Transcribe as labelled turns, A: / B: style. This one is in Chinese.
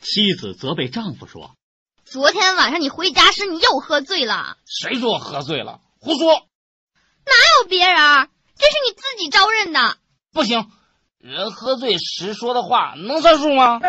A: 妻子责备丈夫说
B: 昨天晚上你回家时，你又喝醉了，
C: 谁说我喝醉了？胡说！
B: 还有别人儿，这是你自己招认的。
C: 不行，人喝醉时说的话能算数吗？